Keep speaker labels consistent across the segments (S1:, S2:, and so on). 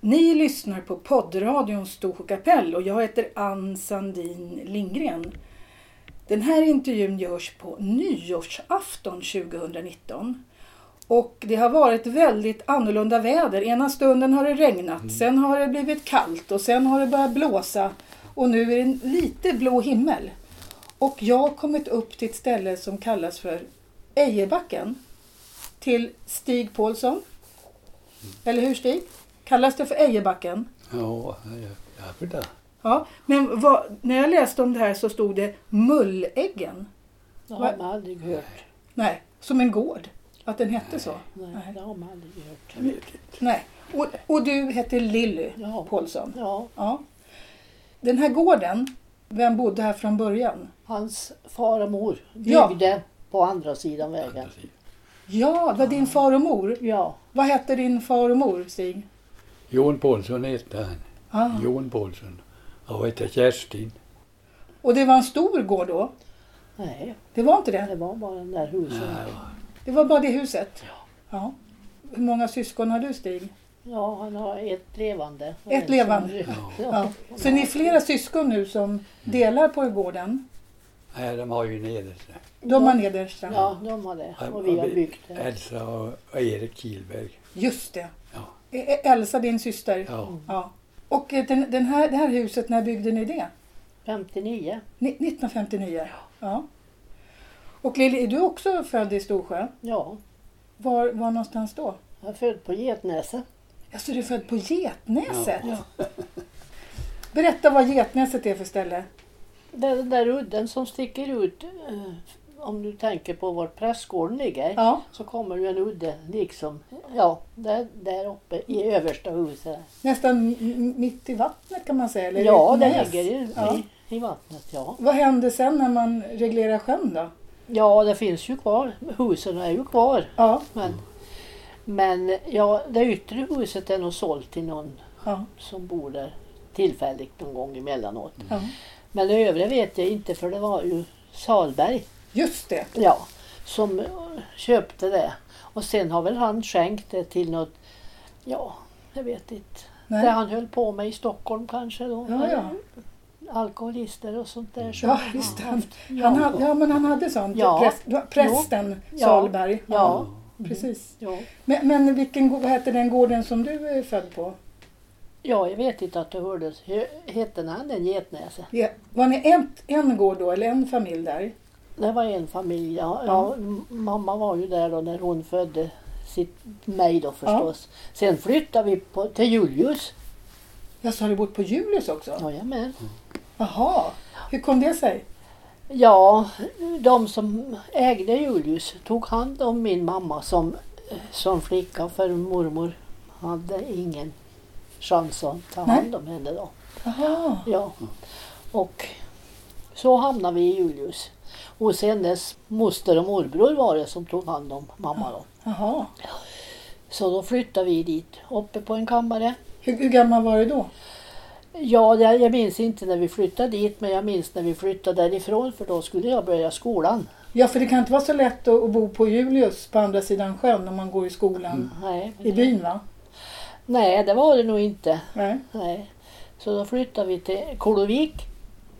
S1: Ni lyssnar på poddradion Storsjö kapell och jag heter Ann Sandin Lindgren. Den här intervjun görs på nyårsafton 2019. Och det har varit väldigt annorlunda väder. Ena stunden har det regnat, sen har det blivit kallt och sen har det börjat blåsa. Och nu är det lite blå himmel. Och jag har kommit upp till ett ställe som kallas för Ejebacken. Till Stig Paulsson. Eller hur Stig? Kallas det för Ejebacken?
S2: Ja, jag- jag vet det.
S1: Ja, men vad, när jag läste om det här så stod det Mulläggen.
S3: Det har man aldrig hört.
S1: Nej, som en gård. Att den hette så.
S3: Nej,
S1: Nej.
S3: det har man aldrig hört.
S2: Jag vet inte.
S1: Nej. Och, och du hette Lilly
S3: Ja.
S1: Paulsson.
S3: Ja,
S1: Ja. Den här gården, vem bodde här från början?
S3: hans far och mor
S1: Ja.
S3: byggde på andra sidan vägen.
S1: Ja, det var din far och mor.
S3: Ja,
S1: Vad hette din far och mor, Stig?
S2: Jon Paulsson hette han.
S1: Ah.
S2: Jon Paulsson. Jag hette Kerstin.
S1: Och det var en stor gård då?
S3: nej,
S1: Det var inte
S3: det
S1: det?
S3: var bara den där husen.
S1: Det var bara det huset? Ja. ja. Hur många syskon har du, Stig?
S3: Ja, han har ett levande. och
S1: Ett
S3: en som
S1: levande.
S3: har dött.
S1: Ja. Så ni är flera syskon nu som delar på gården?
S2: Nej, de har ju nederst.
S1: De har nedersta?
S3: Ja, de har det. Och vi har byggt det.
S2: Elsa och och Erik Kihlberg.
S1: Just det.
S2: Ja.
S1: E- Elsa, din syster?
S2: Ja.
S1: Ja. Och eh, den, den här, det här huset, när byggde ni det?
S3: 59.
S1: Ni- 1959? Ja. Och Lili, är du också född i Storsjö?
S3: Ja,
S1: Var, var någonstans då?
S3: jag är född på Getnäset.
S1: Alltså du är född på Getnäset? Berätta vad Getnäset är för ställe.
S3: Det är den där udden som sticker ut. eh, Om du tänker på var prästgården ligger.
S1: Ja,
S3: Så kommer ju en udde liksom, ja, där, där uppe i översta huset.
S1: nästan m- m- mitt i vattnet kan man säga. Eller
S3: Ja,
S1: ett
S3: det
S1: näs.
S3: ligger i,
S1: Ja.
S3: i, i vattnet. Ja.
S1: Vad händer sen när man reglerar sjön då?
S3: ja, det finns ju kvar. Husen är ju kvar.
S1: Ja,
S3: Men, men ja, det yttre huset är nog sålt till någon
S1: ja,
S3: som bor där tillfälligt någon gång emellanåt.
S1: ja.
S3: Men det övriga vet jag inte för det var ju Salberg
S1: Just det.
S3: ja, som eh, köpte det. Och sen har väl han skänkt det till något, ja, jag vet inte.
S1: Nej.
S3: Det han höll på med i Stockholm kanske då.
S1: Ja, ja. Mm.
S3: Alkoholister och sånt där. som
S1: Ja, just det.
S3: har haft.
S1: Han hade, ja, men han hade sånt.
S3: Ja.
S1: Präst, prästen
S3: Ja.
S1: Salberg.
S3: Ja. Mm.
S1: Precis.
S3: Ja.
S1: Men, men vilken, gå- vad hette den gården som du är född på?
S3: ja, jag vet inte att det hördes. Hö- Hette han den Getnäse?
S1: Ja. Var ni en, en gård då, eller en familj där?
S3: Det var en familj. Ja,
S1: Ja.
S3: ja. m- Mamma var ju där då när hon födde sitt, mig då förstås. Sen flyttade vi på, till Julius.
S1: Jag sa, har du bott på Julius också?
S3: Jajamän.
S1: Jaha, hur kom det sig?
S3: Ja, de som ägde Julius tog hand om min mamma som, som flicka för mormor hade ingen chans att ta
S1: Nej.
S3: hand om henne då.
S1: Jaha,
S3: Ja. Och så hamnade vi i Julius. Och sen hennes moster och morbror var det som tog hand om mamma då.
S1: jaha.
S3: Så då flyttade vi dit, uppe på en kammare.
S1: Hur, hur gammal var du då?
S3: Ja, det- jag minns inte när vi flyttade dit, men jag minns när vi flyttade därifrån för då skulle jag börja skolan.
S1: Ja, för det kan inte vara så lätt att, att bo på Julius på andra sidan sjön om man går i skolan
S3: Nej, men
S1: i
S3: det-
S1: byn, va?
S3: Nej, det var det nog inte.
S1: Nej.
S3: Nej. Så då flyttade vi till Kolovik.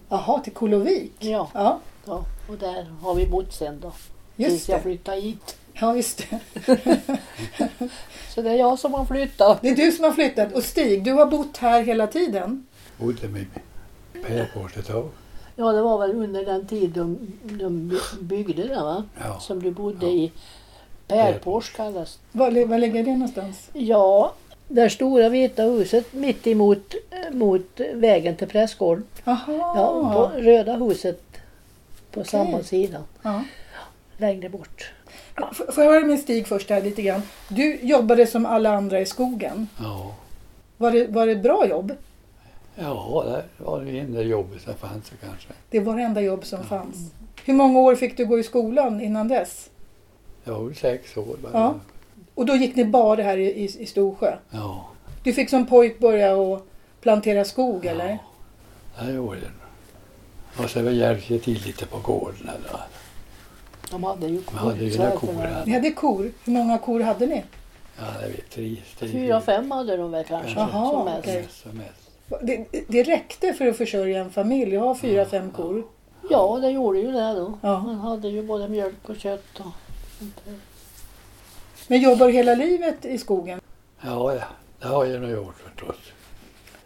S1: Jaha, till Kolovik?
S3: Ja,
S1: Ja,
S3: ja, och där har vi bott sen då.
S1: just
S3: tills jag
S1: det.
S3: flyttade hit.
S1: Ja, just det.
S3: Så det är jag som har flyttat.
S1: Det är du som har flyttat. Och Stig, du har bott här hela tiden.
S2: Bodde med Per ett tag.
S3: Ja, det var väl under den tid de, de by- byggde det va?
S2: Ja.
S3: Som du bodde
S2: Ja.
S3: i. Pärpors kallas
S1: Var, li- var ligger det någonstans?
S3: Ja, det stora vita huset mitt emot eh, mot vägen till prästgården.
S1: Jaha.
S3: Ja, på röda huset på samma sida,
S1: Ja.
S3: längre bort.
S1: F- Får jag höra med Stig först här lite grann. Du jobbade som alla andra i skogen.
S2: Ja.
S1: Var det, var det ett bra jobb?
S2: Ja, det var det enda jobbet som fanns kanske.
S1: Det var det enda jobb som fanns. Hur många år fick du gå i skolan innan dess?
S2: Jag var ju sex år bara.
S1: Ja. Och då gick ni bara här i, i, i Storsjö?
S2: ja.
S1: Du fick som pojk börja och plantera skog eller?
S2: Det gjorde den. Och så hjälpte jag till lite på gården. Eller.
S3: De hade ju
S2: De hade ju
S3: så här
S2: några kor
S3: för-
S2: här.
S1: Ni hade kor. Hur många kor hade ni?
S2: Ja, jag vet, tre steg.
S3: Fyra, fem hade de väl kanske
S1: Jaha,
S3: som mest.
S1: okej.
S2: Som mest.
S1: Det, det räckte för att försörja en familj, ha fyra, fem kor.
S3: Ja, det gjorde ju det då.
S1: Ja.
S3: Man hade ju både mjölk och kött och sånt där.
S1: Men jobbar hela livet i skogen?
S2: Ja, ja, det har jag nog gjort förstås.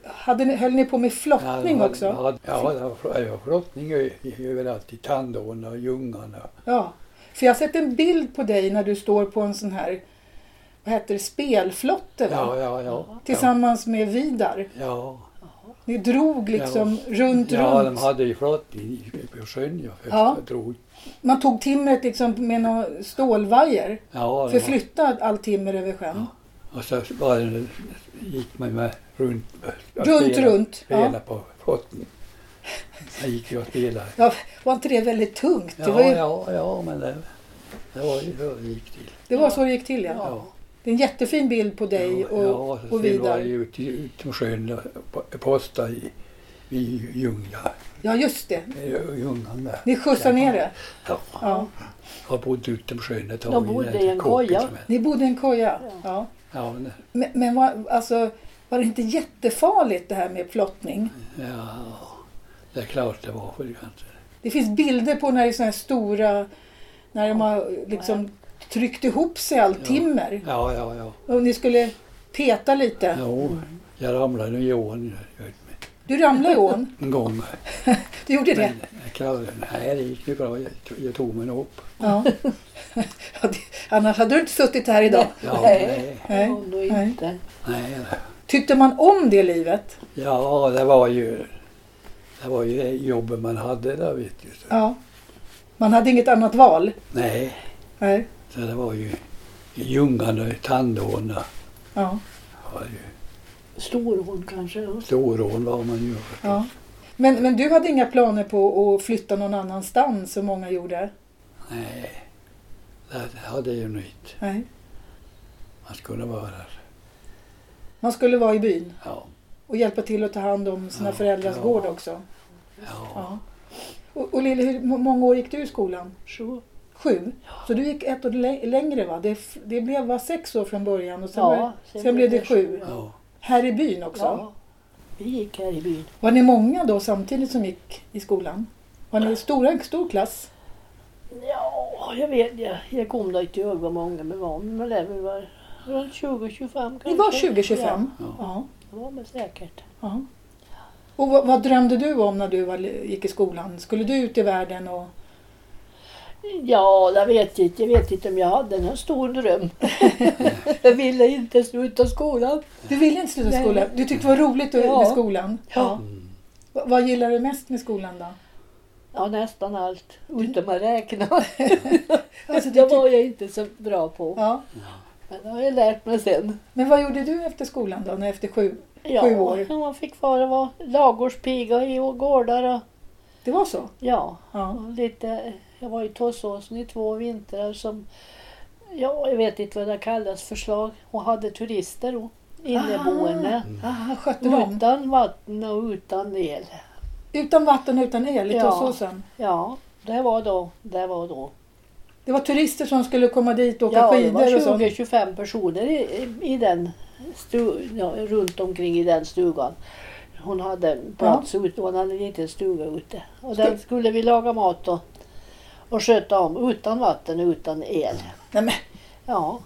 S1: Hade ni, höll ni på med flottning
S2: ja,
S1: också?
S2: Ja, ja, det var fl- ja, flottning ö- överallt. I Tandån och Ljungarna.
S1: Ja, för jag har sett en bild på dig när du står på en sån här, vad heter det, spelflotte va?
S2: Ja, ja, ja.
S1: Tillsammans med Vidar.
S2: Ja,
S1: Ni drog liksom runt,
S2: ja de
S1: runt.
S2: hade ju flottning i- på sjön ja, först.
S1: Ja.
S2: Jag drog.
S1: Man tog timret liksom med några stålvajer.
S2: Ja, det var,
S1: Förflytta all timmer över sjön.
S2: och så var det, gick man med runt.
S1: Runt, runt, ja.
S2: Spela på flottning. Jag gick ju och spelade.
S1: Ja, var inte det väldigt tungt?
S2: Ja,
S1: det var, ju,
S2: ja, ja, men det, det var ju hur det gick till.
S1: det var så det gick till ja.
S2: Ja.
S1: Det är en jättefin bild på dig
S2: Ja,
S1: och,
S2: ja, så
S1: och
S2: sen var
S1: Vidar.
S2: det ju ute i- ute på sjön och po- posta i, i Ljunga.
S1: Ja, just det.
S2: i Ljungan där.
S1: Ni skjutsade ner det.
S2: Ja.
S1: Ja.
S2: Jag bodde ute på sjön ett tag.
S3: De bodde
S2: den
S3: i en
S2: kåken
S3: koja.
S2: som hette-
S1: Ni bodde i en koja. Ja.
S2: Ja, men-
S1: Men, men var, alltså, var det inte jättefarligt det här med flottning?
S2: ja, det är klart det var. För det kanske.
S1: Det finns bilder på när det är sådana här stora, när de har liksom tryckt ihop sig all timmer.
S2: Ja, ja, ja.
S1: Och ni skulle peta lite.
S2: Jo, jag ramlade nu i ån jag vet inte,
S1: Du ramlade i ån.
S2: en gång.
S1: Du gjorde det.
S2: Men jag klarade Nej, det gick ju bra. Jag, tog- jag tog mig nog upp.
S1: Ja. Ja, det- Annars hade du inte suttit här idag.
S2: Ja,
S3: Nej.
S2: nej.
S1: Nej.
S3: Och då
S1: Nej.
S3: inte.
S2: nej.
S1: Tyckte man om det livet?
S2: Ja, det var ju det var ju det jobbet man hade där vet du. Så,
S1: Ja. Man hade inget annat val.
S2: Nej,
S1: Nej.
S2: så det var ju i Ljungan och i Tandån. och-
S1: Ja.
S2: var ju
S3: Storhorn kanske. då.
S2: Storån var man ju.
S1: Ja. Men, men du hade inga planer på att flytta någon annanstans som många gjorde?
S2: Nej, det det hade jag nog inte.
S1: Nej.
S2: Man skulle vara där.
S1: Man skulle vara i byn
S2: Ja,
S1: och hjälpa till att ta hand om sina
S2: Ja,
S1: föräldrars
S2: ja.
S1: gård också.
S2: ja,
S1: Ja. Och, och Lille, hur må- många år gick du i skolan?
S3: Så.
S1: Sju? Så du gick ett år lä- längre va? Det, f- det blev va, sex år från början och sen,
S3: Ja,
S1: var, sen, blev det sju?
S2: ja.
S1: Här i byn också?
S3: Ja. Vi gick här i byn.
S1: Var ni många då samtidigt som gick i skolan? Var ni i stora, stor klass?
S3: Ja, jag vet jag, jag kommer nog inte ihåg vad många vi var, men det vi var runt 20-25 kanske.
S1: Ni var 20-25?
S3: Ja,
S1: Ja.
S2: Ja.
S1: ja.
S3: det var väl säkert.
S1: Och vad, vad drömde du om när du var, gick i skolan? Skulle du ut i världen och...
S3: Ja, jag vet inte. Jag vet inte om jag hade någon stor dröm. jag ville inte sluta skolan.
S1: Du ville inte sluta
S3: Nej.
S1: skolan? Du tyckte det var roligt att,
S3: Ja.
S1: med skolan?
S3: Ja.
S2: Mm.
S1: Va- vad gillar du mest med skolan då?
S3: Ja, nästan allt. Utom att räkna.
S1: Alltså, du
S3: det typ-
S1: tyck-
S3: var jag inte så bra på.
S1: Ja.
S3: Men det har jag lärt mig sen.
S1: Men vad gjorde du efter skolan då, när efter sju?
S3: Ja,
S1: Sju år.
S3: ja, man fick vara var ladugårdspiga i gårdar och
S1: Det var så?
S3: ja,
S1: Ja.
S3: och lite. Jag var i Tåssåsen i två vintrar som, ja, jag vet inte vad det kallas för slag. Hon hade turister då, inneboende.
S1: Ah, skötte de?
S3: Utan vatten och utan el.
S1: Utan vatten, utan el, i
S3: Ja.
S1: Tåssåsen?
S3: Ja, det var då. Det var då.
S1: Det var turister som skulle komma dit och åka
S3: Ja, det
S1: skidor och
S3: var
S1: sånt?
S3: 20-25 personer i, i- i den stu, ja, runt omkring i den stugan. Hon hade en plats ute, hon hade en liten stuga ute. Och där skulle vi laga mat och, och sköta om utan vatten och utan el.
S1: Nej, men,
S3: Ja.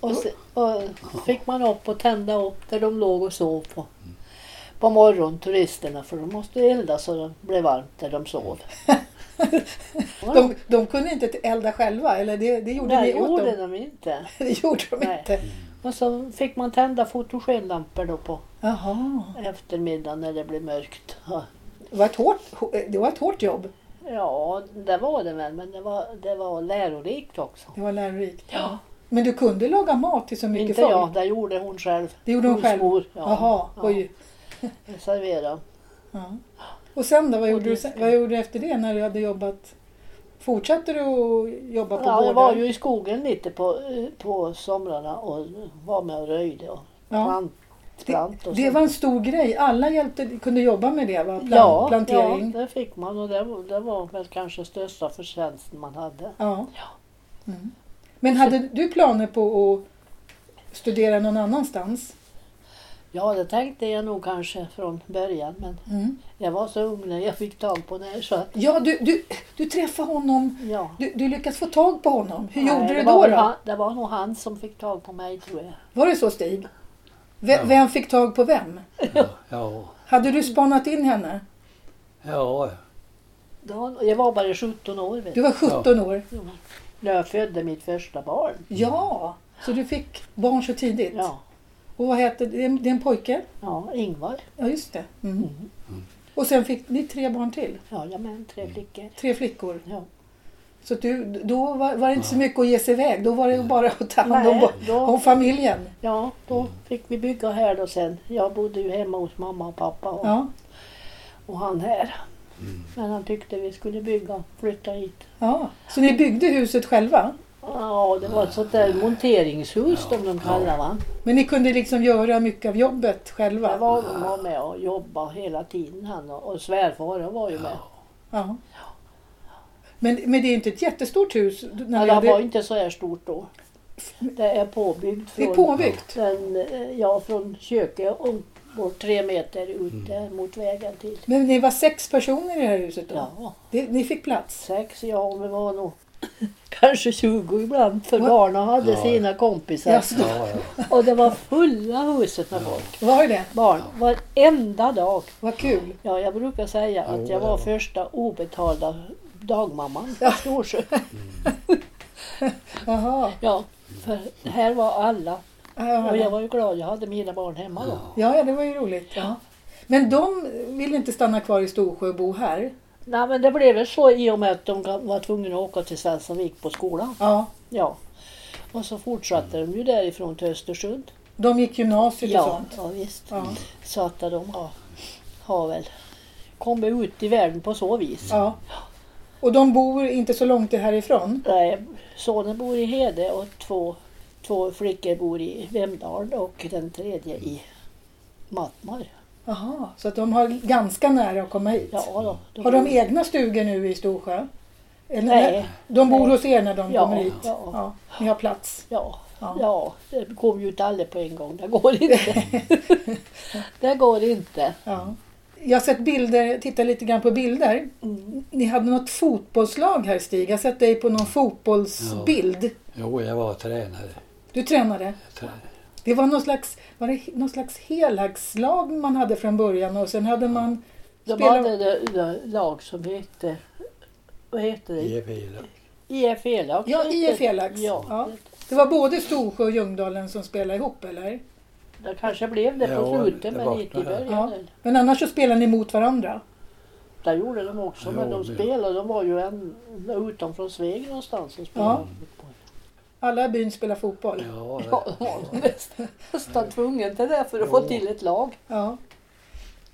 S3: Och, se, och fick man upp och tända upp där de låg och sov på, på morgonen, turisterna, för de måste elda så det blev varmt där de sov.
S1: de, de kunde inte elda själva, eller det, det gjorde
S3: Nej,
S1: ni åt
S3: gjorde
S1: dem?
S3: de inte.
S1: Det gjorde de
S3: Nej.
S1: inte.
S3: Och så fick man tända fotogenlampor då på
S1: Jaha.
S3: eftermiddagen när det blev mörkt.
S1: Det var ett hårt, ho- det var ett hårt jobb.
S3: Ja, det var det väl, men det var, det var lärorikt också.
S1: Det var lärorikt. Men du kunde laga mat till så mycket
S3: Inte
S1: folk?
S3: jag, det gjorde hon själv.
S1: Det gjorde hon själv?
S3: Husmor, ja.
S1: Jaha,
S3: Ja.
S1: oj.
S3: Servera.
S1: Ja. Och sen då, vad gjorde, du,
S3: just
S1: sen,
S3: det.
S1: vad gjorde du efter det när du hade jobbat? Fortsatte du att jobba på
S3: Ja,
S1: gårdar?
S3: jag var ju i skogen lite på, på somrarna och var med och röjde och
S1: ja.
S3: plant, plant och
S1: Det
S3: så.
S1: var en stor grej. Alla hjälpte, kunde jobba med det, va? Plan,
S3: ja,
S1: plantering.
S3: ja, det fick man och det, var- det var väl kanske största förtjänsten man hade.
S1: Ja. Mm. Men hade du planer på att studera någon annanstans?
S3: Ja, det tänkte jag nog kanske från början men
S1: Mm.
S3: jag var så ung när jag fick tag på det här så att
S1: Ja, du, du, du träffade honom.
S3: ja.
S1: Du, du lyckades få tag på honom. Hur
S3: Nej,
S1: gjorde du
S3: det
S1: då?
S3: var
S1: då?
S3: Han, det var nog han som fick tag på mig tror jag.
S1: Var det så Stig? V-
S2: Ja.
S1: Vem fick tag på vem?
S2: Ja, ja,
S1: Hade du spanat in henne?
S2: ja,
S3: Det var, jag var bara 17 år vet
S1: Du
S3: du.
S1: var 17 år.
S3: när jag födde mitt första barn.
S1: Ja, så du fick barn så tidigt.
S3: Ja,
S1: Och vad hette det? är en- Det är en pojke?
S3: ja Ingvar.
S1: Ja, just det. Mm. Och sen fick ni tre barn till.
S3: Ja, jag men tre flickor.
S1: Tre flickor.
S3: Ja.
S1: Så att du, då var, var det inte så mycket att ge sig iväg. Då var det bara att ta hand om,
S3: Nej,
S1: ba- om
S3: då,
S1: familjen.
S3: ja, då fick vi bygga här då sen. Jag bodde ju hemma hos mamma och pappa och,
S1: Ja,
S3: och han här. Men han tyckte vi skulle bygga, flytta hit.
S1: ja. Så ni byggde huset själva?
S3: Ja, det var ett sånt där monteringshus som de kallar va.
S1: Men ni kunde liksom göra mycket av jobbet själva?
S3: Där var han var med och jobbade hela tiden han och, och svärfaren var ju med.
S1: Ja. Men, men det är inte ett jättestort hus? När
S3: Ja,
S1: ni
S3: det
S1: hade-
S3: var inte så här stort då. Det är påbyggt
S1: det är
S3: från,
S1: påbyggt?
S3: den, eh, ja, från köket och bort tre meter ut där mot vägen till.
S1: Men ni var sex personer i det här huset då?
S3: Ja,
S1: Det, ni fick plats?
S3: sex, ja vi var nog kanske 20 ibland för barnen hade
S2: Ja.
S3: sina kompisar.
S1: Jaså,
S2: ja, ja.
S3: Och det var fulla huset med folk.
S1: var det
S3: Barn, varenda dag.
S1: Vad kul!
S3: Ja, jag brukar säga
S2: Jo,
S3: att jag
S2: det
S3: var
S2: var-
S3: första obetalda dagmamman
S1: Ja.
S3: i Storsjö.
S1: Jaha.
S3: Ja, för här var alla.
S1: Ja,
S3: Och jag
S1: ja.
S3: var ju glad, jag hade mina barn hemma då.
S1: ja, det var ju roligt. Ja. Men de ville inte stanna kvar i Storsjö och bo här?
S3: Nej men det blev väl så i och med att de var tvungna att åka till Svenssonvik på skolan.
S1: Ja.
S3: Ja. Och så fortsatte de ju därifrån till Östersund.
S1: De gick gymnasiet och
S3: Ja,
S1: sånt?
S3: ja visst.
S1: Ja.
S3: Så att de har, har väl kommit ut i världen på så vis.
S1: ja. Och de bor inte så långt härifrån?
S3: Nej, Eh, sonen bor i Hede och två, två flickor bor i Vemdalen och den tredje i Mattmar.
S1: Jaha, så att de har ganska nära att komma hit?
S3: Ja, då, då
S1: Har de
S3: bor-
S1: egna stugor nu i Storsjö? Eller
S3: Nej.
S1: De bor
S3: Nej.
S1: hos er när de
S3: Ja,
S1: kommer hit?
S3: ja.
S1: Ni har plats?
S3: Ja,
S1: Ja.
S3: ja. det kom ju inte alla på en gång. Det går inte. det går inte.
S1: Ja. Jag har sett bilder, tittat lite grann på bilder.
S3: Mm.
S1: Ni hade något fotbollslag här Stig. Jag har sett dig på någon fotbollsbild.
S2: Jo, jag var tränare.
S1: Du tränade.
S2: Trä-
S1: Det var någon slags, var det någon slags helhagslag man hade från början och sen hade man...
S3: De
S1: Spelar-
S3: hade det, det lag som hette, vad heter det? E
S2: IF Elak.
S3: IF Elax.
S1: Ja, E IF Elax.
S3: Ja,
S1: Ja.
S3: Det,
S1: Det var både Storsjö och Ljungdalen som spelade ihop eller?
S3: det kanske blev det på
S2: Ja,
S3: slutet
S2: det
S3: men
S2: var-
S3: inte i
S1: Ja.
S3: början.
S1: Men annars så spelade ni mot varandra.
S3: Det gjorde de också
S2: Ja,
S3: men de
S2: det-
S3: spelade. De var ju en, utanför Sveg någonstans och
S1: Ja.
S3: spelade.
S1: Alla i byn spelade fotboll.
S2: Ja,
S3: Ja, de var nästan, nästan tvungen till det för att få
S2: Ja.
S3: till ett lag.
S1: Ja.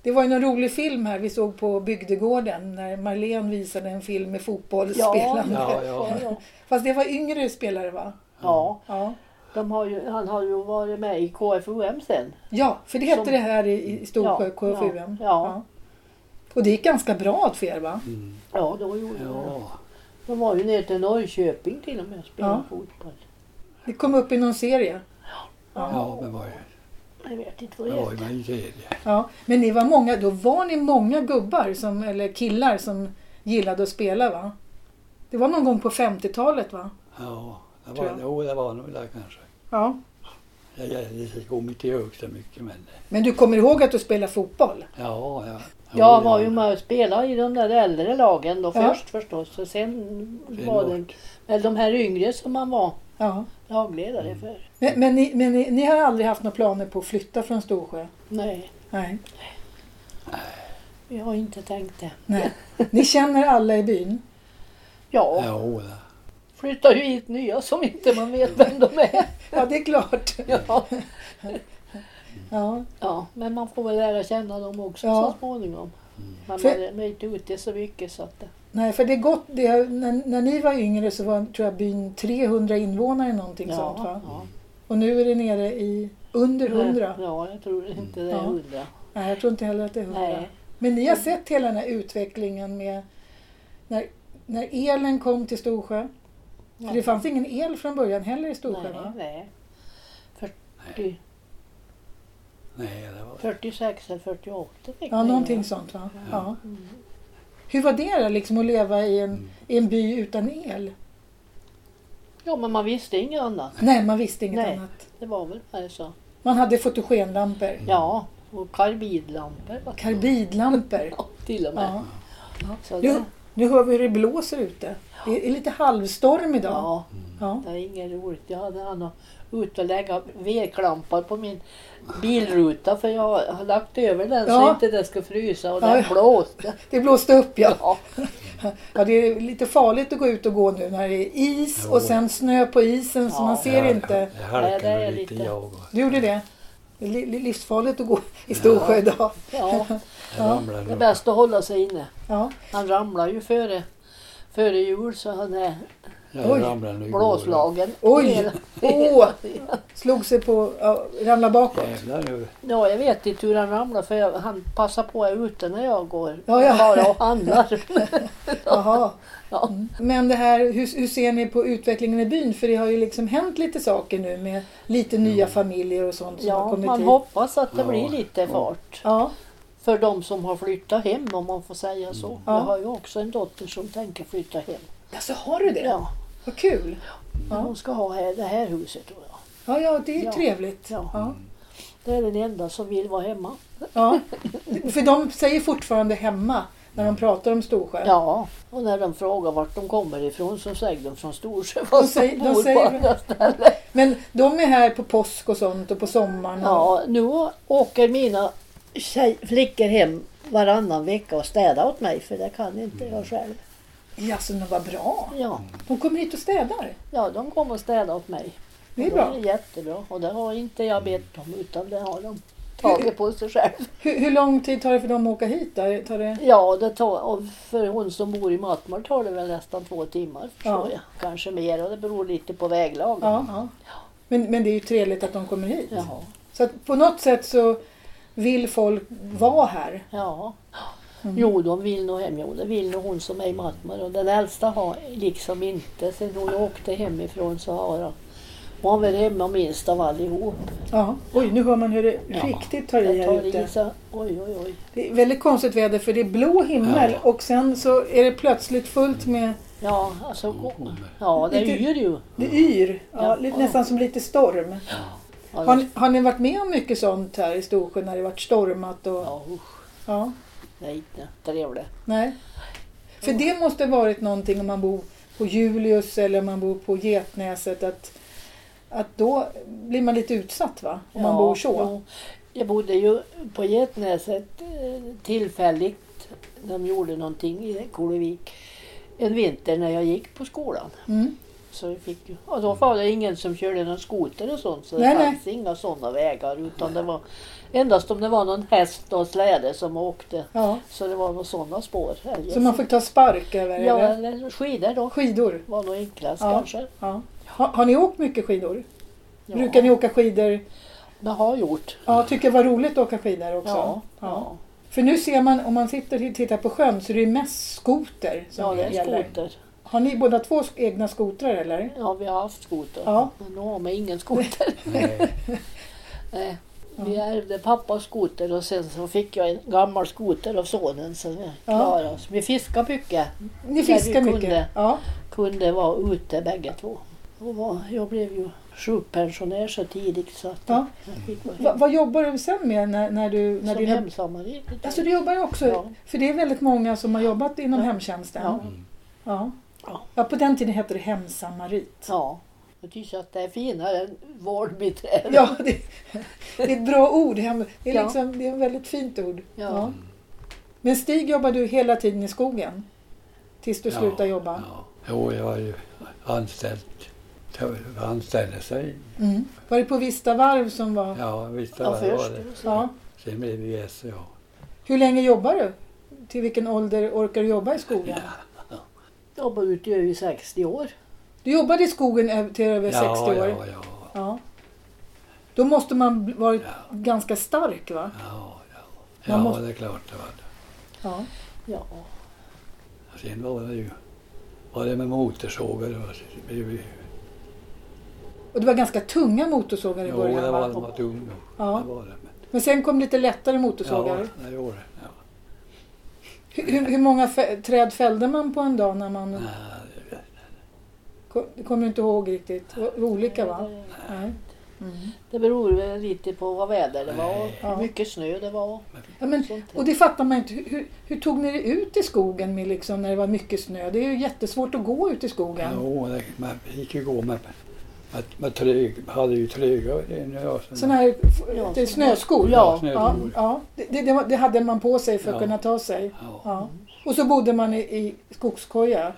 S1: Det var ju någon rolig film här vi såg på bygdegården när Marlene visade en film med fotbollsspelande.
S2: Ja, ja.
S3: ja.
S1: Fast det var yngre spelare va?
S3: ja.
S1: Ja,
S3: De har ju, han har ju varit med i KFUM sen.
S1: ja för det hette
S3: Som-
S1: det här i i Storsjö,
S3: Ja,
S1: KFUM.
S3: ja, ja.
S1: Och det gick ganska bra för er va?
S2: Mm,
S3: Ja, då gjorde de
S2: ja.
S3: det. De var ju ner till Norrköping till och med och spelade
S1: Ja.
S3: fotboll.
S1: Ni kom upp i någon serie.
S2: ja, det var ju.
S3: Jag vet inte vad
S2: Det
S3: det
S2: var ju
S3: heter.
S2: med i serie.
S1: Ja. Men ni var många, då var ni många gubbar, som, eller killar, som gillade att spela va? Det var någon gång på 50-talet va?
S2: Ja, det
S1: Tror jag.
S2: var, jo, det var nog det kanske.
S1: Ja.
S2: Jag, jag, jag kommer inte ihåg så mycket men
S1: Men du kommer ihåg att du spelade fotboll?
S2: ja. ja. Jo,
S3: Jag
S2: det
S3: var ju med och spelade i de där äldre lagen då
S1: Ja.
S3: först förstås. Och sen
S2: Sen
S3: var
S2: bort.
S3: det men de här yngre som man var
S1: Ja.
S3: lagledare för.
S1: Men, men, ni, men ni, ni har aldrig haft några planer på att flytta från Storsjö?
S3: Nej,
S1: Nej.
S3: vi har inte tänkt det.
S1: Nej. Ni känner alla i byn?
S3: Ja,
S2: Jo, det.
S3: flyttar ju hit nya som inte man vet vem de är.
S1: Ja, det är klart.
S3: Ja.
S1: Ja.
S3: Ja, men man får väl lära känna dem också
S1: Ja.
S3: så småningom.
S2: Mm.
S3: Men
S1: För-
S3: man är inte ute så mycket så att... det-
S1: Nej, för det är gott. Det, är- när, när ni var yngre så var tror jag, byn 300 invånare någonting sånt va?
S3: ja.
S1: Och nu är det nere i under 100.
S3: Ja, jag tror inte det
S1: Ja.
S3: är hundra.
S1: Nej, jag tror inte heller att det är 100.
S3: Nej.
S1: Men ni har sett hela den här utvecklingen med när, när elen kom till Storsjö. För det fanns ingen el från början heller i Storsjö
S3: nej,
S1: va?
S3: nej. För 40,
S2: Nej, det var...
S3: 46 eller 48 fick
S1: Ja,
S3: vi.
S1: någonting sånt va? Ja.
S3: Mm.
S1: Hur var det då, liksom att leva i en,
S2: Mm.
S1: i en by utan el?
S3: Ja, men man visste inget annat.
S1: Nej, man visste inget
S3: Nej.
S1: annat.
S3: Det var väl bara så.
S1: Man hade fotogenlampor,
S3: Ja, och karbidlampor. va?
S1: karbidlampor.
S3: Ja, till och med.
S1: Ja.
S3: Så
S1: Nu,
S3: det,
S1: nu hör vi hur det blåser ute. Det är lite halvstorm idag.
S3: ja,
S1: Ja.
S3: det är inget roligt. Jag hade han att ut och lägga vedklampar på min bilruta för jag har lagt över den så
S1: Ja.
S3: inte det ska frysa och
S1: Ja,
S3: den
S1: ja.
S3: blåste.
S1: Det blåste upp ja.
S3: Ja,
S1: ja. Det är lite farligt att gå ut och gå nu när det är is
S2: Jo.
S1: och sen snö på isen så
S3: Ja.
S1: man ser
S2: jag,
S1: inte.
S2: Jag
S3: Nej, det
S2: halkade
S3: är
S2: lite,
S3: lite-
S2: jag och
S1: Du gjorde det? Det är li- li- livsfarligt att gå i Storsjö idag.
S3: ja.
S2: jag ramlade
S3: Det är
S2: nog.
S3: bäst att hålla sig inne.
S1: Ja.
S3: Han ramlade ju före, före jul så han är
S2: Jag
S1: Oj,
S2: ramlade nog igår.
S3: blåslagen.
S1: Oj! Åh! Slog sig på, ja, ramlade bakåt.
S2: Jävlar nu.
S3: Ja, jag vet inte hur han ramlar för jag, han passar på att jag är ute när jag går.
S1: Ja, ja.
S3: Bara och handlar.
S1: Jaha.
S3: Ja.
S1: Mm. Men det här, hur, hur ser ni på utvecklingen i byn? För det har ju liksom hänt lite saker nu med lite nya familjer och sånt som har
S3: Ja,
S1: kommit
S3: man
S1: hit.
S3: hoppas att det
S2: Ja.
S3: blir lite fart.
S1: Ja,
S3: För de som har flyttat hem om man får säga så.
S1: Mm. Ja.
S3: Jag har ju också en dotter som tänker flytta hem.
S1: alltså har du det?
S3: Ja,
S1: Vad kul! Ja.
S3: Hon ska ha här, det här huset tror jag.
S1: Ja, ja, det är ju
S3: Ja.
S1: trevligt.
S3: Ja.
S1: Ja.
S3: Det är den enda som vill vara hemma.
S1: Ja. För de säger fortfarande hemma när de pratar om Storsjö.
S3: Ja, och när de frågar vart de kommer ifrån så säger de från Storsjö.
S1: De
S3: fast
S1: säger- de
S3: bor
S1: säger-
S3: på andra ställen.
S1: Men de är här på påsk och sånt och på sommaren. och-
S3: Ja, nu åker mina tjej, flickor hem varannan vecka och städar åt mig för det kan inte jag själv.
S1: Jaså, alltså, men vad bra!
S3: Ja,
S1: De kommer hit och städar.
S3: ja de kommer och städar åt mig.
S1: Det är
S3: Och
S1: bra.
S3: Det är jättebra och det har inte jag bett dem utan det har de tagit på sig själv.
S1: Hur, hur lång tid tar det för dem att åka hit? Då? Tar det...
S3: Ja, det tar, och för hon som bor i Mattmark tar det väl nästan två timmar förstår
S1: Ja.
S3: jag. Kanske mer och det beror lite på väglaget.
S1: Ja. ja. Men, men det är ju trevligt att de kommer hit.
S3: Jaha.
S1: Så att på något sätt så vill folk vara här.
S3: Ja.
S1: Mm.
S3: Jo, de vill nog hem. Jo, det vill nog hon som är i Mattmar. Och den äldsta har liksom inte. Sen hon åkte hemifrån så har hon... Hon var väl hemma minst av allihop.
S1: Ja. Oj, nu hör man hur det
S2: Ja.
S1: riktigt tar i
S3: Det
S1: här
S3: tar i
S1: ute.
S3: sig. Oj, oj, oj.
S1: Det är väldigt konstigt väder för det är blå himmel
S2: Ja.
S1: och sen så är det plötsligt fullt med
S3: Ja, alltså... gå-
S2: kommer.
S3: Ja, det
S1: Lite-
S3: yr ju.
S1: det
S2: Mm.
S1: är yr. Ja,
S3: Ja.
S1: lite, nästan som lite storm. Har
S3: Ja,
S1: ni, har ni varit med om mycket sånt här i Storsjö när det varit stormat? Och, ja.
S3: ja, usch. Det är inte trevligt.
S1: Nej. För det måste varit någonting om man bor på Julius eller om man bor på Getnäset att, att då blir man lite utsatt va? Om man
S3: Ja,
S1: bor så.
S3: jo. Jag bodde ju på Getnäset eh, tillfälligt. De gjorde någonting i Kolevik en vinter när jag gick på skolan.
S1: Mm.
S3: Så vi fick, ju- och då var det ingen som körde någon skoter och sånt så det
S1: Nej,
S3: fanns inga sådana vägar utan det var endast om det var någon häst och släde som åkte.
S1: Ja.
S3: Så det var några sådana spår. eljest.
S1: Så man fick ta spark över
S3: ja,
S1: eller?
S3: eller skidor då.
S1: Skidor.
S3: var nog enklast
S1: Ja.
S3: kanske.
S1: Ja. Har, har ni åkt mycket skidor?
S3: Ja,
S1: Brukar ni åka skidor?
S3: Det har gjort.
S1: Ja, tycker det var roligt att åka skidor också?
S3: Ja, ja.
S1: För nu ser man, om man sitter och tittar på sjön, så det är mest skoter som
S3: ja, det är
S1: gäller.
S3: skoter.
S1: Har ni båda två sk- egna skotrar eller?
S3: Ja, vi har haft skoter.
S1: Ja.
S3: Men nu har man ingen skoter.
S2: Nej,
S3: Nej. Vi ärvde pappas skoter och sen så fick jag en gammal skoter av sonen så vi klarade oss. Vi fiskade mycket.
S1: Ni
S3: Ja, vi
S1: fiskar mycket?
S3: kunde.
S1: Ja.
S3: kunde vara ute bägge två. Och var, jag blev ju sjukpensionär så tidigt så att
S1: Ja.
S3: jag fick vara
S1: Va,
S3: hem,
S1: vad jobbar du sen med när, när du... När
S3: som
S1: dina...
S3: hemsamarit.
S1: Alltså du jobbar ju också?
S3: Ja.
S1: För det är väldigt många som har jobbat inom
S3: Ja.
S1: hemtjänsten?
S3: Ja.
S1: Ja.
S3: Ja.
S1: ja. På den tiden hette det hemsamarit.
S3: ja. Jag tycker att det är finare än vårdbiträde.
S1: Ja, det, det är ett bra ord. Hem, det, är
S3: Ja.
S1: liksom, det är ett väldigt fint ord.
S3: Ja.
S1: Men Stig jobbar du hela tiden i skogen? Tills du
S2: Ja,
S1: slutar jobba?
S2: ja. Jo, jag var ju anställd. Jag anställde sig.
S1: Mm. Var det på Vista varv som var...
S2: Ja, visst det
S3: Ja,
S2: var
S3: först.
S2: det.
S1: Ja.
S2: Sen blev vi SCA.
S1: Hur länge jobbar du? Till vilken ålder orkar du jobba i skogen?
S3: Jag var ute i över 60 år.
S1: Du jobbade i skogen ö- till över 60
S2: ja,
S1: år?
S2: ja, ja,
S1: Ja. Då måste man bli- varit
S2: Ja.
S1: ganska stark va?
S2: ja, ja.
S1: Man
S2: Ja,
S1: måste-
S2: det är klart det var det.
S1: Ja.
S3: Ja.
S2: Sen var det ju var det med motorsågar. Det var- det blev ju
S1: Och det var ganska tunga motorsågar i
S2: Jo,
S1: början
S2: det var,
S1: va?
S2: den var tung.
S1: Ja.
S2: Det var det. Men,
S1: Men sen kom lite lättare motorsågar.
S2: ja, det gjorde det. Ja.
S1: Hur- Hur, hur många fä- träd fällde man på en dag när man...
S2: Nej, det vet
S1: Ko- Det kommer du inte ihåg riktigt. Det var olika va? Nej.
S3: Det beror väl lite på vad väder det var och
S1: Ja.
S3: hur mycket snö det var.
S1: Ja, men,
S3: Sånt.
S1: och det fattar man inte. Hur, hur, hur tog ni er ut i skogen med, liksom, när det var mycket snö? Det är ju jättesvårt att gå ut i
S2: jag.
S1: skogen.
S2: Jo, det, man gick ju gå med, med, med trög, hade ju tröga inne i ösen.
S1: Sådana här
S3: Ja,
S1: det är
S3: så-
S1: snöskor?
S3: Ja,
S1: ja,
S2: snöskor.
S1: ja. Det, det, det, var- det hade man på sig för att
S2: Ja.
S1: kunna ta sig.
S2: Ja.
S1: Ja. Och så bodde man i, i skogskoja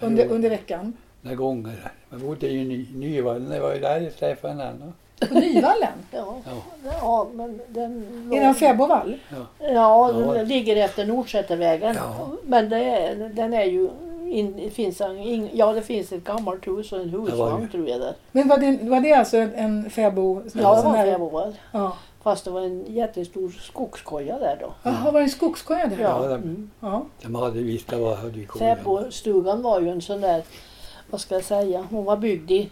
S1: under, under veckan.
S2: Några gånger. Man bodde ju i Ny- Nyvallen, det var ju där jag träffade henne.
S1: På Nyvallen,
S3: Ja,
S2: Ja.
S3: ja men den...
S1: i en fäbodvall.
S3: Ja,
S2: Ja.
S3: den ligger efter Norrsätervägen.
S2: Ja.
S3: Men det är, den är ju... In, det finns en, in, ja, det finns ett gammalt hus och en
S2: var
S3: husvagn
S2: ju-
S3: tror jag där.
S1: Men var det, var det alltså en, en fäbo?
S3: Ja, det
S1: sån
S3: var
S1: här-
S3: fäbodvall.
S1: Ja.
S3: Fast det var en jättestor skogskoja där då.
S1: Jaha, var det en skogskoja där?
S3: Mm. Ja,
S2: Ja, det-
S3: mm.
S1: Ja.
S2: De hade visst, det var hade ju kor.
S3: Fäbodstugan var ju en sån där, vad ska jag säga, hon var byggd i,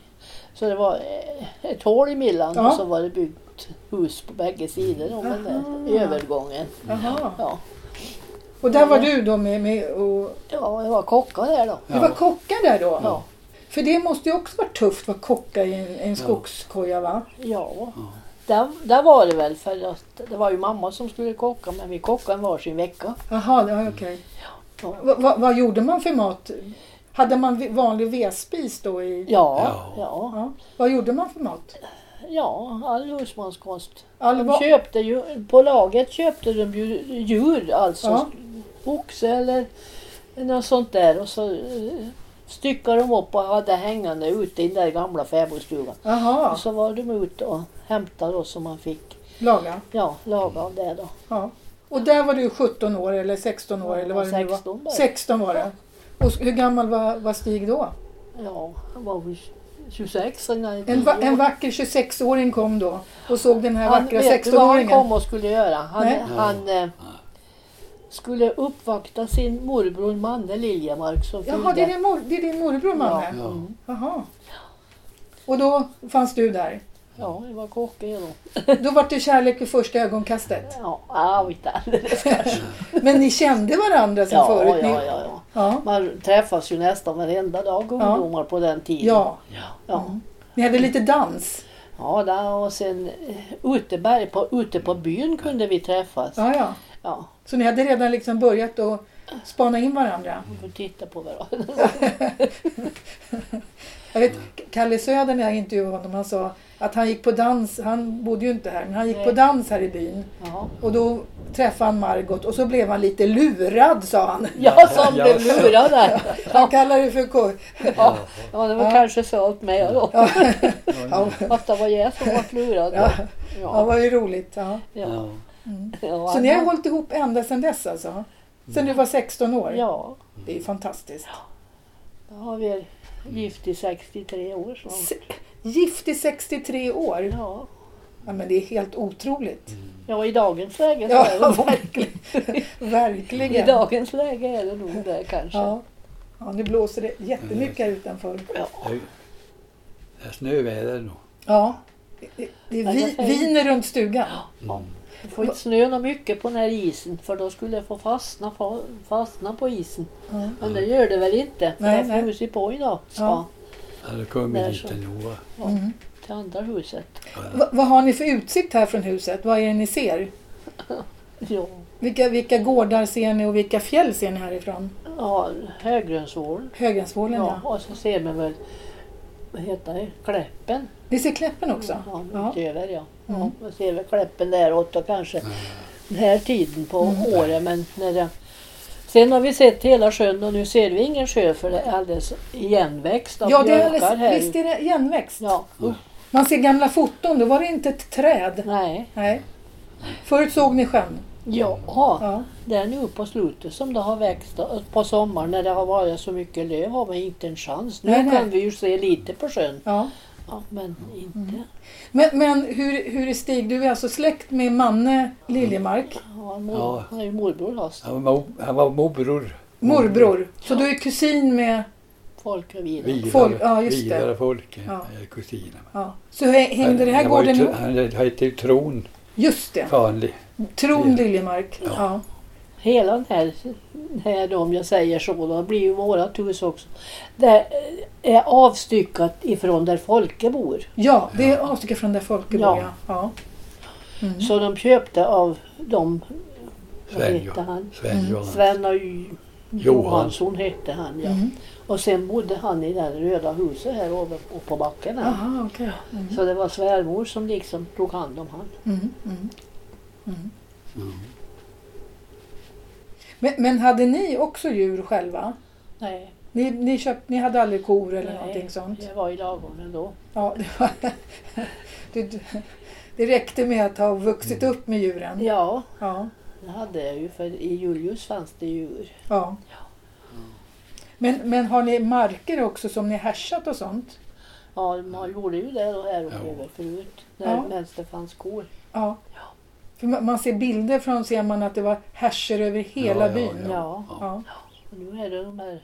S3: så det var eh, ett hål emellan
S1: Ja.
S3: och så var det byggt hus på bägge sidor om den där
S1: Aha.
S3: övergången.
S1: Jaha.
S3: Ja.
S1: Och där var du då med, med och...
S3: ja, det var kockar där då.
S1: Du var kockar där då?
S3: Ja,
S1: För det måste ju också vara tufft att vara kocka i en, en skogskoja va?
S3: ja. Där, där var det väl för att det var ju mamma som skulle kocka men vi kockade varsin vecka.
S1: Jaha, det- ja, okej.
S3: Ja.
S1: Va- va- vad gjorde man för mat? Hade man vi- vanlig vedspis då? I...
S3: Ja,
S2: Ja.
S3: ja,
S1: Ja. Vad gjorde man för mat?
S3: ja, all husmanskonst.
S1: All...
S3: De
S1: va-
S3: köpte ju, på laget köpte de ju djur alltså.
S1: Ja.
S3: Oxe eller något sånt där och så eh, styckade de upp och hade hängande ute i den där gamla fäbodstugan.
S1: Jaha,
S3: Och så var de ute och hämtade då som man fick
S1: laga.
S3: ja, laga av det då.
S1: Ja. Och där var du 17 år eller 16 år?
S3: Ja,
S1: eller vad det nu var.
S3: 16 där.
S1: 16 var det. Och hur gammal var, var Stig då?
S3: Ja, han var väl 26 eller
S1: En, va- en vacker 26-åring kom då och såg den här
S3: han,
S1: vackra
S3: vet du vad han
S1: 16-åringen.
S3: kom och skulle göra? Han,
S1: Nej.
S3: han eh, skulle uppvakta sin morbror Manne Liljemark som
S1: Jaha, det är din, mor, det är din morbror Manne?
S2: Ja.
S1: Jaha. Och då fanns du där.
S3: Ja, det var kocken då.
S1: Då var det kärlek vid första ögonkastet.
S3: Ja, jag vet inte alldeles kanske.
S1: Men ni kände varandra sen
S3: Ja,
S1: förut? Ni...
S3: ja, ja, ja.
S1: ja.
S3: Man träffas ju nästan varenda dag ungdomar på den tiden.
S1: Ja, Mm.
S3: ja.
S1: ni hade lite dans.
S3: ja där och sen eh, Uteberg, på, ute på byn kunde vi träffas.
S1: Ja, ja.
S3: Ja,
S1: Så ni hade redan liksom börjat att spana in varandra?
S3: vi får titta på varandra.
S1: Jag vet, Kalle Söder när jag intervjuade honom, han sa att han gick på dans, han bodde ju inte här, men han gick
S3: Nej.
S1: på dans här i byn.
S3: Ja,
S1: Och då träffade han Margot och så blev han lite lurad sa han.
S3: ja som
S2: Ja,
S3: blev
S2: så.
S3: lurad där.
S1: Han kallar det för ko-
S3: Ja, ja det var
S1: Ja.
S3: kanske så åt mig då.
S1: ja,
S3: Att det var jag som var lurad.
S1: Ja.
S3: Ja.
S1: ja,
S3: Ja.
S1: var ju roligt. Ja.
S3: Ja.
S1: Så ni har hållit ihop ända sedan dess alltså? Sen du var 16 år?
S3: Ja,
S1: Det är ju fantastiskt.
S3: då har vi er gift i 63 år. Så.
S1: Se- Gift i 63 år?
S3: Ja.
S1: Ja, men det är helt otroligt.
S3: ja, i dagens läge så är
S1: Ja,
S3: det
S1: verkligen.
S3: I
S1: verkligen.
S3: dagens läge är det nog det kanske.
S1: Ja. ja, nu blåser det jättemycket här utanför.
S2: Det är ju- det är snöväder nu.
S1: Ja. Det, det är
S3: Ja,
S1: vi,
S3: jag säger-
S1: viner runt stugan.
S3: Det får inte snö något mycket på den här isen för då skulle jag få fastna, fa- fastna på isen.
S1: Ja.
S3: Men det gör det väl inte för
S1: Nej,
S3: det
S1: nej.
S3: är frusit på idag. sa
S1: Ja.
S3: han
S2: Hade
S3: Det är
S2: kommit
S3: så.
S2: lite nu. va?
S3: till andra huset.
S1: Mm. Va, vad har ni för utsikt här från huset? Vad är det ni ser?
S3: Ja,
S1: Vilka, vilka gårdar ser ni och vilka fjäll ser ni härifrån?
S3: ja Högrensvålen.
S1: Högrensvålen
S3: Ja,
S1: ja.
S3: och så ser man väl, vad heter det, Kläppen.
S1: Ni ser Kläppen också?
S3: Ja,
S1: Ja.
S3: utöver ja.
S1: Mm.
S3: ja. Man ser väl Kläppen däråt och kanske den här tiden på
S1: Mm.
S3: året. Men när det... Sen har vi sett hela sjön och nu ser vi ingen sjö för det är alldeles igenväxt av
S1: Ja, det är
S3: björkar här.
S1: alldeles, visst är det igenväxt?
S3: Ja,
S1: Man ser gamla foton, då var det inte ett träd.
S3: nej.
S1: Nej. Förut såg ni sjön.
S3: Ja,
S1: Ja.
S3: det är nu på slutet som det har växt då. på sommaren när det har varit så mycket löv har man inte en chans. Nu
S1: Nej, nej.
S3: kan vi ju se lite på sjön. Mm.
S1: Ja.
S3: Ja, men inte.
S1: Men, men hur, hur är Stig? Du är alltså släkt med Manne Liljemark,
S2: Mm.
S3: Ja, mor,
S2: Ja.
S3: Han är ju morbror hans
S2: Han var, mo- han var morbror.
S1: morbror. Så du är kusin med
S3: folk och vila.
S2: Vidare,
S4: Folk- ja, just det.
S2: vidare folk,
S4: Ja.
S2: ja. kusinen.
S4: Ja. Så hä- hängde det här
S2: Han var ju
S4: gården
S2: tro-
S4: ihop?
S2: Han hette ju Tron,
S4: Just det,
S2: Fanli.
S4: Tron Liljemark.
S2: Ja.
S4: Ja.
S3: Hela den här, den här då, om jag säger så, då blir ju vårat hus också. Det är avstyckat ifrån där Folke bor.
S4: Ja, det är avstyckat från där Folke bor.
S3: Ja.
S4: Ja. Ja. Mm.
S3: Så de köpte av dem, vad
S2: Sven,
S3: hette han?
S2: Sven
S4: Mm.
S2: Johansson.
S3: Sven och Johansson
S2: Johansson
S3: hette han ja.
S4: Mm.
S3: Och sen bodde han i det här röda huset här ovanpå på backen. Här.
S4: Aha, okej. Mm.
S3: Så det var svärmor som liksom tog hand om han.
S4: Mm. Mm.
S1: Mm. Men, men hade ni också djur själva?
S3: Nej,
S1: Ni, ni, köpt, ni hade aldrig kor eller
S3: Nej.
S1: någonting sånt?
S3: jag var i lagården då.
S1: Ja, det, var, det, det räckte med att ha vuxit
S2: Mm.
S1: upp med djuren.
S3: Ja,
S1: Ja,
S3: det hade jag ju för i Julius fanns det djur.
S1: ja. Men, men har ni marker också som ni härsat och sånt?
S3: Ja, man gjorde ju det då här
S2: Ja.
S3: uppe förut. När
S1: Ja.
S3: medan det fanns kor.
S1: Ja. För man, man ser bilder från ser man att det var härser över hela
S2: Ja, ja,
S1: byn.
S3: Ja.
S2: Ja.
S1: Ja.
S3: Och nu är det de här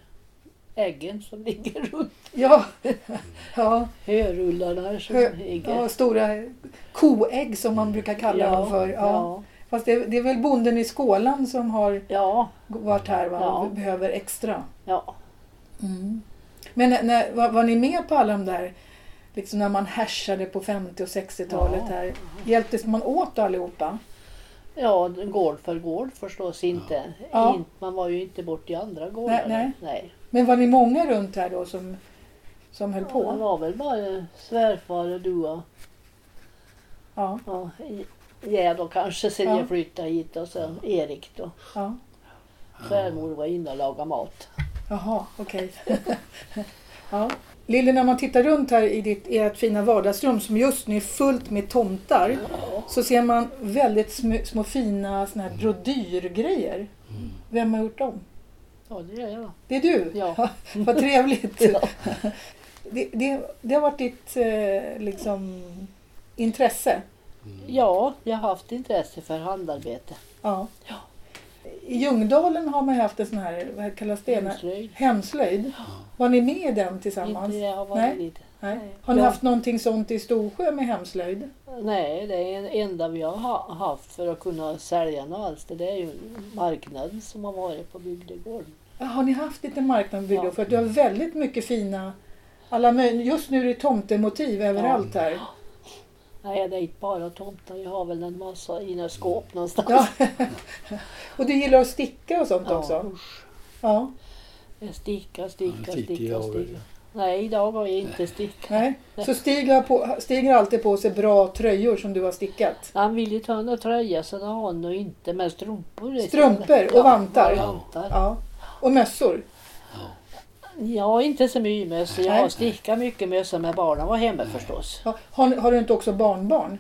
S3: äggen som ligger runt
S1: Ja. Ja.
S3: hörullarna som
S1: Hö-
S3: ligger.
S1: ja, stora koägg som man brukar kalla dem för. Ja.
S3: ja.
S1: Fast det, det är väl bonden i Skålan som har
S3: ja.
S1: varit här va?
S3: Ja.
S1: och behöver extra. Mm.
S3: ja.
S1: Men när, när, var, var ni med på alla de där, liksom när man härsade på 50 och 60-talet?
S3: Ja.
S1: Här, hjälptes man åt allihopa?
S3: Ja, gård för gård förstås inte.
S1: Ja.
S3: In, man var ju inte bort i andra gårdar.
S1: nej.
S3: nej.
S1: Men var ni många runt här då som, som höll
S3: Det
S1: på?
S3: var väl bara svärfar och du och
S1: Ja,
S3: ja, i- jag då kanske sen
S1: Ja.
S3: jag flyttade hit och sen Erik då.
S1: ja.
S3: Svärmor var inne och lagade mat.
S1: Jaha, okej. ja. Lille, när man tittar runt här i ditt, ert fina vardagsrum som just nu är fullt med tomtar så ser man väldigt små, små fina såna här brodyrgrejer.
S2: Mm,
S1: Vem har gjort dem?
S3: Ja, det gör jag.
S1: Det är du?
S3: Ja.
S1: Vad trevligt!
S3: Ja.
S1: Det, det, det har varit ditt eh, liksom, intresse?
S2: mm.
S3: ja, jag har haft intresse för handarbete.
S1: Ja.
S3: Ja.
S1: I Ljungdalen har man ju haft en sån här, vad kallas det?
S3: Hemslöjd.
S1: Hemslöjd. Var ni med i den tillsammans?
S3: Inte jag har
S1: Nej.
S3: varit lite.
S1: Nej. Har ni
S3: Ja.
S1: haft någonting sånt i Storsjö med hemslöjd?
S3: Nej, det är det enda vi har ha- haft för att kunna sälja något alls. Det är ju marknaden som har varit på bygdegården.
S1: Ja, Ah, Har ni haft lite marknad
S3: Ja.
S1: ja. För att du har väldigt mycket fina... Alla möj- just nu är det tomtemotiv överallt här.
S3: Nej, det är inte bara tomtar. Jag har väl en massa i några skåp någonstans.
S1: Ja. och du gillar att sticka och sånt
S3: Ja,
S1: också?
S3: usch.
S1: Ja.
S3: Jag stickar,
S2: Han
S3: stickar,
S2: sitter ju
S3: stickar,
S2: av-
S3: stickar. Nej, idag har jag inte stickat.
S1: Nej. Så Stig har, på, Stig har alltid på sig bra tröjor som du har stickat?
S3: Han vill ju ta en tröja så det har han nog inte. Men strumpor. är-
S1: Strumpor och vantar.
S3: Ja, och vantar.
S1: Ja. Och mössor?
S3: Jag har inte så mycket mössa. Jag
S1: Nej.
S3: har stickat mycket mössa med barnen var hemma förstås.
S1: Ja. Har, ni- har du inte också barnbarn?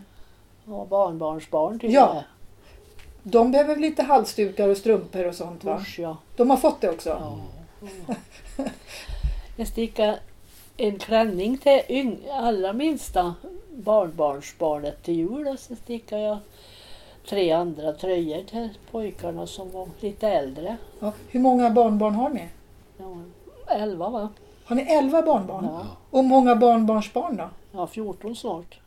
S3: Och barnbarnsbarn till
S1: Ja,
S3: och med.
S1: De behöver väl lite halsdukar och strumpor och sånt va?
S3: Usch, ja.
S1: De har fått det också?
S3: Mm. Ja. Jag stickade en klänning till yng- allra minsta barnbarnsbarnet till jul och sen stickade jag tre andra tröjor till pojkarna som var lite äldre.
S1: Ja. Hur många barnbarn har ni?
S3: De var elva va?
S1: Har ni 11 barnbarn?
S3: Ja.
S1: Och många barnbarnsbarn då?
S3: Ja, 14 snart.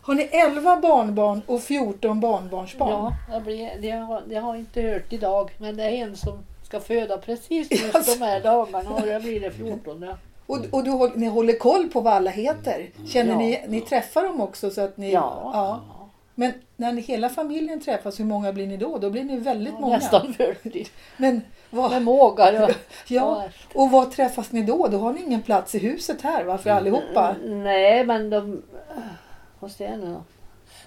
S1: Har ni 11 barnbarn och 14 barnbarnsbarn?
S3: Ja, jag, blir, det har, det har jag inte hört idag men det är en som ska föda precis just
S1: Jaså.
S3: de här dagarna och då blir det 14. Ja.
S1: Och, och du, håll- ni håller koll på vad alla heter? Känner
S3: Ja.
S1: ni, ni träffar dem också? Så att ni,
S3: Ja.
S1: Men när ni, hela familjen träffas, hur många blir ni då? Då blir ni väldigt många.
S3: Nästan 40.
S1: Men vad,
S3: Med mågar och...
S1: ja, och vad träffas ni då? Då har ni ingen plats i huset här va?
S3: Mm.
S1: För allihopa?
S3: Nej, men de... Vad säger jag nu då?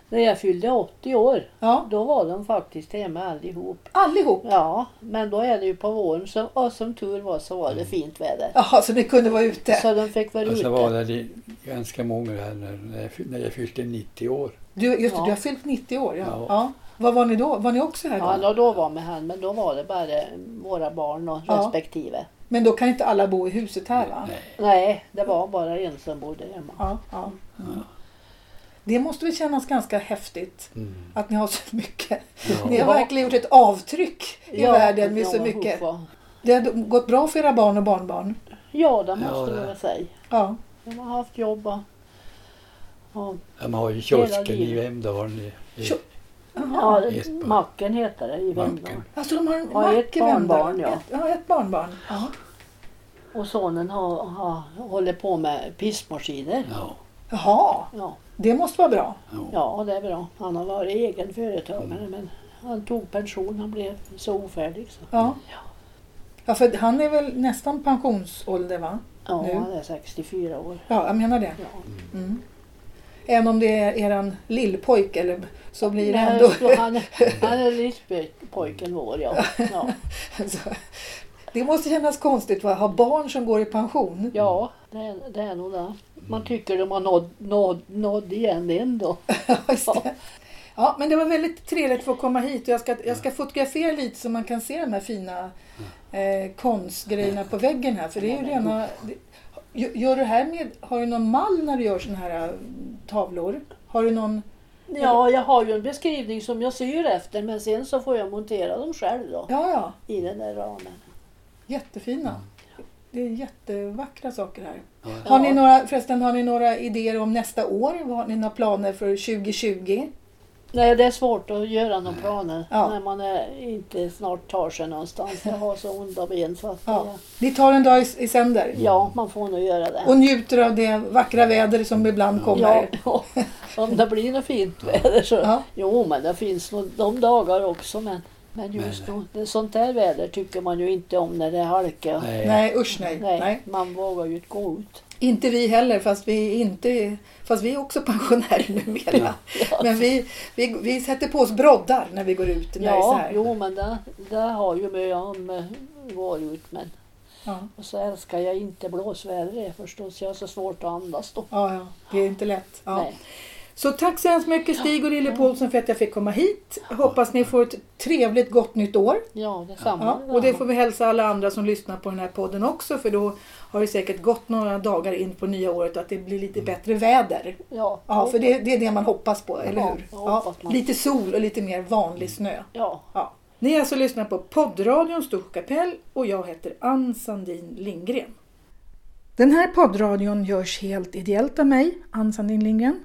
S3: När jag fyllde 80 år,
S1: Ja,
S3: då var de faktiskt hemma allihop.
S1: allihop?
S3: Ja, men då är det ju på våren så, och som tur var så
S2: Mm.
S3: var det fint väder.
S1: Jaha, så ni kunde vara ute?
S3: Så de fick vara
S2: Och
S3: ute.
S2: så var det li- ganska många här när- när jag fy- när jag fyllde 90 år.
S1: Du, just det,
S3: Ja.
S1: du har fyllt 90 år. Ja. Ja.
S2: Ja.
S1: Vad var ni då? Var ni också här då?
S3: Ja, då, då var med han, men då var det bara våra barn och
S1: Ja.
S3: respektive.
S1: Men då kan inte alla bo i huset här va?
S3: Nej, det var bara en som bodde hemma.
S1: Ja, ja. Mm. Det måste väl kännas ganska häftigt
S2: Mm.
S1: att ni har så mycket.
S2: Ja.
S1: Ni har
S3: Ja.
S1: verkligen gjort ett avtryck i
S3: Ja,
S1: världen med
S3: de
S1: så
S3: var ihop
S1: mycket.
S3: och-
S1: Det har gått bra för era barn och barnbarn?
S3: Ja, det
S2: Ja,
S3: måste
S2: det-
S3: man väl säga.
S1: Ja.
S3: De har haft jobb och... och
S2: De har ju kiosken i
S3: livet.
S2: Vemdalen. I, i,
S1: Tjo-
S3: ja,
S1: Jaha.
S3: det-
S2: Ett barn.
S3: Macken heter det i
S2: Macken.
S3: Vemdalen.
S1: Alltså de har en
S3: Ja,
S1: mack
S3: ett
S1: i Vemdalen.
S3: barnbarn, ja.
S1: Ett, ja, ett barnbarn. Ja.
S3: Och sonen har, har, håller på med pissmaskiner.
S2: ja,
S1: Jaha,
S3: Ja,
S1: det måste vara bra.
S2: ja.
S3: ja, det är bra. Han har varit egen företagare men han tog pension. Han blev så ofärdig. Så.
S1: Ja. ja, för han är väl nästan pensionsålder va?
S3: Ja,
S1: Nu?
S3: han är 64 år.
S1: Ja, jag menar det.
S3: Ja.
S1: Mm. Även om det är eran lillpojk eller så blir det
S3: Men
S1: ändå...
S3: så han, han är rispojken vår, ja. ja.
S1: Alltså, det måste kännas konstigt va? att ha barn som går i pension.
S3: Ja, det är, det är nog det. Man tycker de har nådd, nådd, nådd igen ändå.
S1: Just det. Ja, men det var väldigt trevligt att få komma hit och jag ska, jag ska fotografera lite så man kan se de här fina eh, konstgrejerna på väggen här. För det är ju rena... det- Gör- Gör du här med, har du någon mall när du gör sådana här eh, tavlor? Har du någon...
S3: Ja, jag har ju en beskrivning som jag syr efter men sen så får jag montera dem själv då
S1: Ja, ja,
S3: i den där ramen.
S1: jättefina. Det är jättevackra saker här.
S2: ja.
S1: Har ni
S3: Ja.
S1: några, förresten, har ni några idéer om nästa år? Vad Har ni några planer för 2020?
S3: Nej, det är svårt att göra några planer
S1: Ja.
S3: när man är, inte snart tar sig någonstans. Jag har så onda ben så att
S1: Ja.
S3: ja.
S1: Ni tar en dag i, i sänder
S3: ja, man får nog göra det.
S1: och njuter av det vackra väder som ibland
S3: Ja,
S1: kommer.
S3: ja. om det blir något fint väder så.
S1: Ja.
S3: Jo, men det finns nog de dagar också men, men just då, det, sånt här väder tycker man ju inte om när det är halka.
S2: Nej.
S1: Nej, usch nej.
S3: Nej,
S1: nej.
S3: man vågar ju inte gå ut.
S1: Inte vi heller, fast vi, är inte, fast vi är också pensionärer numera. Men vi, vi, vi sätter på oss broddar när vi går ut. När det är så
S3: Ja,
S1: här.
S3: jo men det, det har ju med om eh, varit men
S1: Ja,
S3: och så älskar jag inte blåsväder förstås. Jag har så svårt att andas då.
S1: ja, ja, det är inte lätt. Ja.
S3: Nej.
S1: Så tack så hemskt mycket Stig och Lille Paulsson för att jag fick komma hit. Hoppas ni får ett trevligt gott nytt år.
S3: Ja, detsamma.
S1: Ja, och det får vi hälsa alla andra som lyssnar på den här podden också för då har det säkert gått några dagar in på nya året och att det blir lite bättre väder.
S3: Ja,
S1: Ja, för det, det är det man hoppas på, eller
S3: Ja,
S1: hur?
S3: jag
S1: Ja,
S3: hoppas man. Mm.
S1: lite sol och lite mer vanlig snö.
S3: ja.
S1: Ja. Ni har alltså lyssnat på poddradion Storkapell och jag heter Ann Sandin Lindgren. Den här poddradion görs helt ideellt av mig, Ann Sandin Lindgren.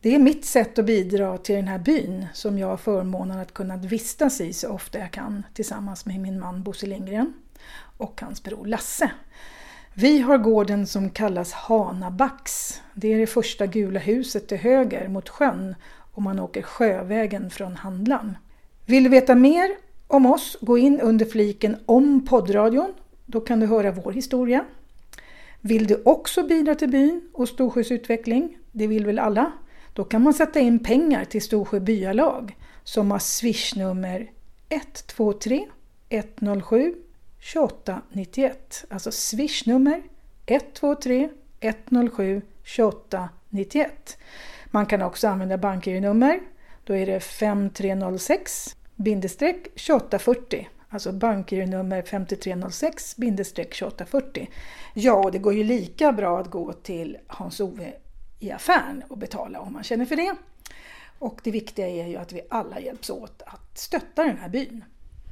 S1: Det är mitt sätt att bidra till den här byn som jag har förmånen att kunna vistas i så ofta jag kan tillsammans med min man Bosse Lindgren och hans bror Lasse. Vi har gården som kallas Hanabacks. Det är det första gula huset till höger mot sjön om man åker sjövägen från Handlarn. Vill du veta mer om oss, gå in under fliken om poddradion. Då kan du höra vår historia. Vill du också bidra till byn och Storsjös utveckling, det vill väl alla, då kan man sätta in pengar till Storsjö byalag som har swishnummer 123 107 2891. Alltså swishnummer 123 107 2891. Man kan också använda bankgironummer. Då är det 5306 2840. Alltså bankgironummer 5306 2840. Ja, och det går ju lika bra att gå till Hans-Ove i affären och betala om man känner för det. Och det viktiga är ju att vi alla hjälps åt att stötta den här byn.